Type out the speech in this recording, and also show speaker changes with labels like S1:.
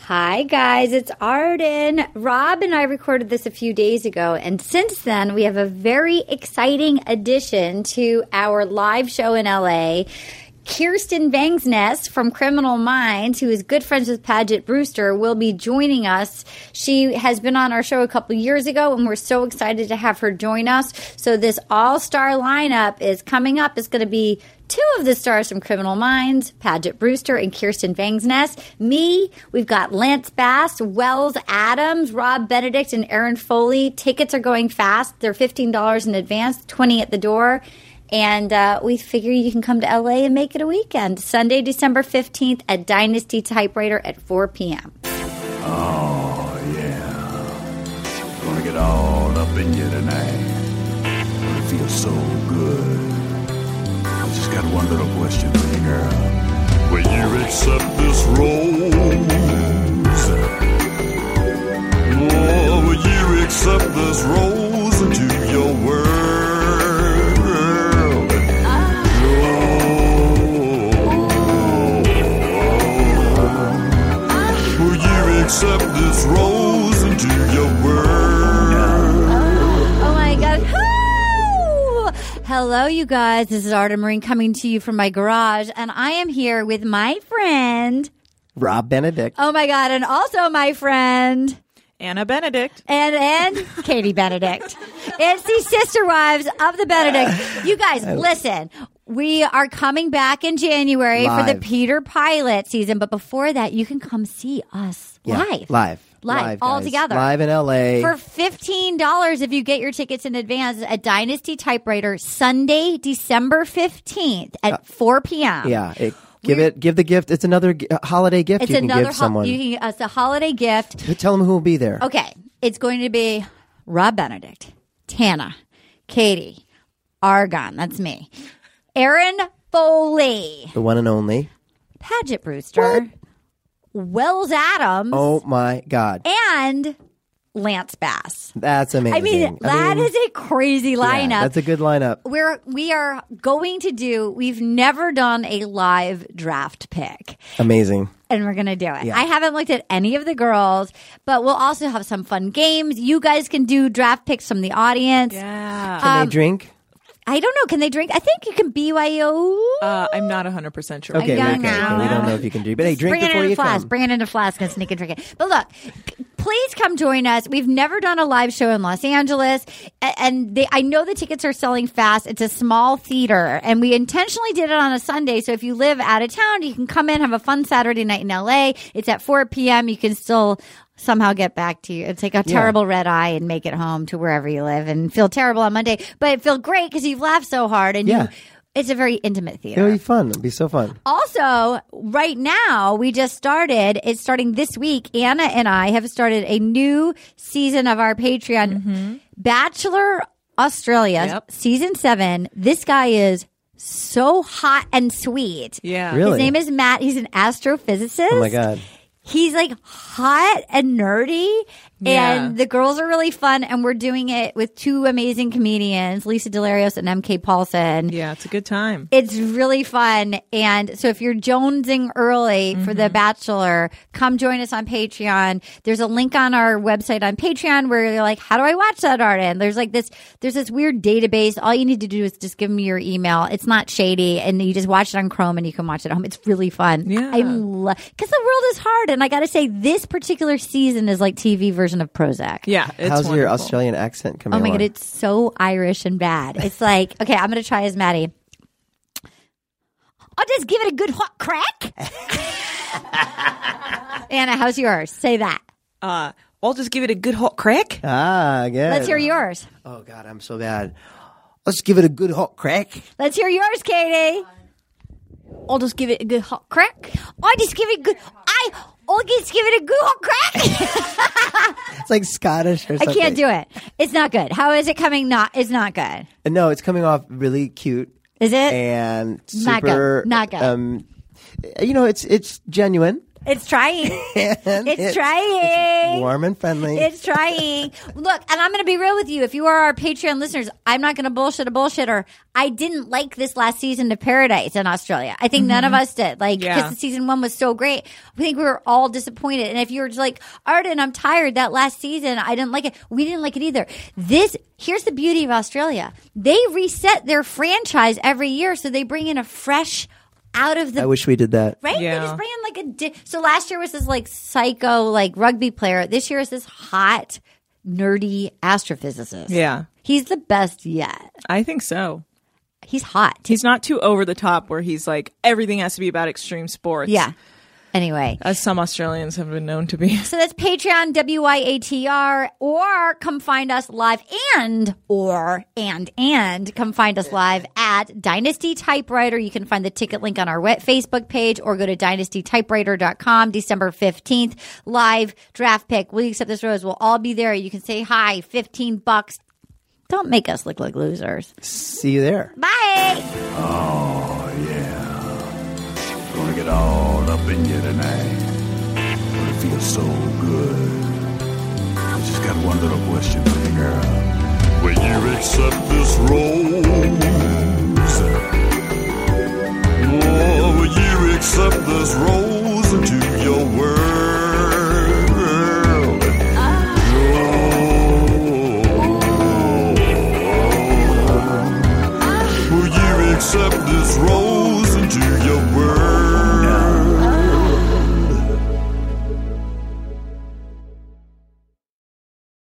S1: Hi, guys. It's Arden. Rob and I recorded this a few days ago, and since then, we have a very exciting addition to our live show in LA. Kirsten Bangsness from Criminal Minds, who is good friends with Paget Brewster, will be joining us. She has been on our show a couple years ago, and we're so excited to have her join us. So this all-star lineup is coming up. It's going to be two of the stars from Criminal Minds, Paget Brewster and Kirsten Bangsness. Me, we've got Lance Bass, Wells Adams, Rob Benedict, and Aaron Foley. Tickets are going fast. They're fifteen dollars in advance, twenty at the door and uh, we figure you can come to LA and make it a weekend. Sunday, December 15th at Dynasty Typewriter at 4 p.m.
S2: Oh, yeah. Gonna get all up in you tonight. It feels so good. I just got one little question for you, girl. Will you accept this rose? Oh, will you accept this rose into your world? Oh, will you accept this rose into your world?
S1: Oh my God. Hoo! Hello, you guys. This is Arda Marine coming to you from my garage, and I am here with my friend.
S3: Rob Benedict.
S1: Oh my God, and also my friend.
S4: Anna Benedict.
S1: and and Katie Benedict. It's the sister wives of the Benedict. You guys, listen. We are coming back in January for the
S3: Live.
S1: Peter Pilot season, but before that, you can come see us
S3: Yeah,
S1: live.
S3: Live.
S1: Live,
S3: Live.
S1: all
S3: guys.
S1: together.
S3: Live in LA.
S1: For fifteen dollars, if you get your tickets in advance, at Dynasty Typewriter Sunday, December fifteenth at four p.m.
S3: Uh, yeah. it- give it give the gift. It's another g- holiday gift
S1: it's
S3: you can
S1: another
S3: give
S1: ho-
S3: someone.
S1: You can, it's a holiday gift.
S3: Tell them who will be there.
S1: Okay, it's going to be Rob Benedict, Tana, Katie, Argon. That's me. Aaron Foley,
S3: The one and only.
S1: Paget Brewster, Wells Adams,
S3: Oh my God.
S1: and Lance Bass.
S3: That's amazing.
S1: I mean, that
S3: mean,
S1: is a crazy
S3: yeah,
S1: lineup.
S3: that's a good lineup.
S1: we're we are going to do. We've never done a live draft pick.
S3: Amazing.
S1: and we're gonna do it.
S3: Yeah.
S1: I haven't looked at any of the girls, but we'll also have some fun games. You guys can do draft picks from the audience.
S4: Yeah.
S1: Um,
S3: Can they drink?
S1: I don't know. Can they drink? I think you can BYO.
S4: Uh, I'm not 100% sure.
S3: Okay,
S1: don't
S3: okay, okay. We don't
S1: know.
S3: know if you can drink, but hey, drink
S1: Bring it
S3: before
S1: in a
S3: you
S1: flask.
S3: come.
S1: Bring it in a flask and sneak and drink it. But look, c- please come join us. We've never done a live show in Los Angeles, a- and they, I know the tickets are selling fast. It's a small theater, and we intentionally did it on a Sunday. So if you live out of town, you can come in, have a fun Saturday night in LA. It's at 4 p.m. You can still somehow get back to you and take a terrible red eye and make it home to wherever you live and feel terrible on Monday, but feel great because you've laughed so hard and
S3: Yeah.
S1: you. It's a very intimate theater.
S3: It'll be fun. It'll be so fun.
S1: Also, right now, we just started, it's starting this week. Anna and I have started a new season of our Patreon, Bachelor Australia,
S4: Mm-hmm. Yep.
S1: season seven. This guy is so hot and sweet.
S4: Yeah.
S3: Really?
S1: His name is Matt. He's an astrophysicist.
S3: Oh my God.
S1: He's like hot and nerdy,
S4: Yeah.
S1: and the girls are really fun. And we're doing it with two amazing comedians, Lisa Delarios and MK Paulson.
S4: Yeah, it's a good time.
S1: It's really fun. And so if you're jonesing early for The Bachelor, come join us on Patreon. There's a link on our website on Patreon where you're like, how do I watch that art? And there's like this, there's this weird database. All you need to do is just give me your email. It's not shady. And you just watch it on Chrome and you can watch it at home. It's really fun.
S4: Yeah.
S1: I'm lo- cause the world is hard. And I got to say, this particular season is like TV version of Prozac.
S4: Yeah, it's
S3: How's your
S4: wonderful.
S3: Australian accent coming
S1: Oh my
S3: along?
S1: god, it's so Irish and bad. It's like, okay, I'm gonna try as Maddie. I'll just give it a good hot crack. Anna, how's yours? Say that.
S4: Uh, I'll just give it a good hot crack.
S3: Ah, good.
S1: Let's hear yours.
S3: Oh God, I'm so bad. Let's give it a good hot crack.
S1: Let's hear yours, Katie. I'll just give it a good hot crack. I just give it a good. I. I'll just give it a good hot crack.
S3: It's like Scottish or
S1: I
S3: something.
S1: can't do it. It's not good. How is it coming? Not. It's not good.
S3: it. No, it's coming off really cute
S1: Is it?
S3: and
S1: Eh, Not good.
S3: super.
S1: Not good.
S3: Um, you know, it's it's genuine.
S1: It's trying.
S5: And
S1: It's trying.
S5: Warm and friendly.
S1: It's trying. Look, and I'm going to be real with you. If you are our Patreon listeners, I'm not going to bullshit a bullshitter. I didn't like this last season of Paradise in Australia. I think none of us did. Like,
S4: Yeah.
S1: because season one was so great. I think we were all disappointed. And if you were just like, Arden, I'm tired. That last season, I didn't like it. We didn't like it either. This, here's the beauty of Australia. They reset their franchise every year. So they bring in a fresh, out of the
S5: I wish we did that.
S1: Right? They
S4: Yeah.
S1: just bring in like a. Di- so last year was this like psycho like rugby player. This year is this hot nerdy astrophysicist.
S4: Yeah.
S1: He's the best yet.
S4: I think so.
S1: He's hot.
S4: He's not too over the top where he's like everything has to be about extreme sports.
S1: Yeah. Anyway.
S4: As some Australians have been known to be.
S1: So that's Patreon W Y A T R or come find us live and or and and come find us live at Dynasty Typewriter. You can find the ticket link on our wet Facebook page or go to dynastytypewriter.com December 15th live draft pick. Will you accept this rose? We'll all be there. You can say hi, 15 bucks. Don't make us look like losers.
S5: See you there.
S1: Bye.
S2: Oh, yeah. Gonna get all up in you tonight. But it feels so good. I just got one little question for you, girl. Will you accept this rose? Oh, Oh.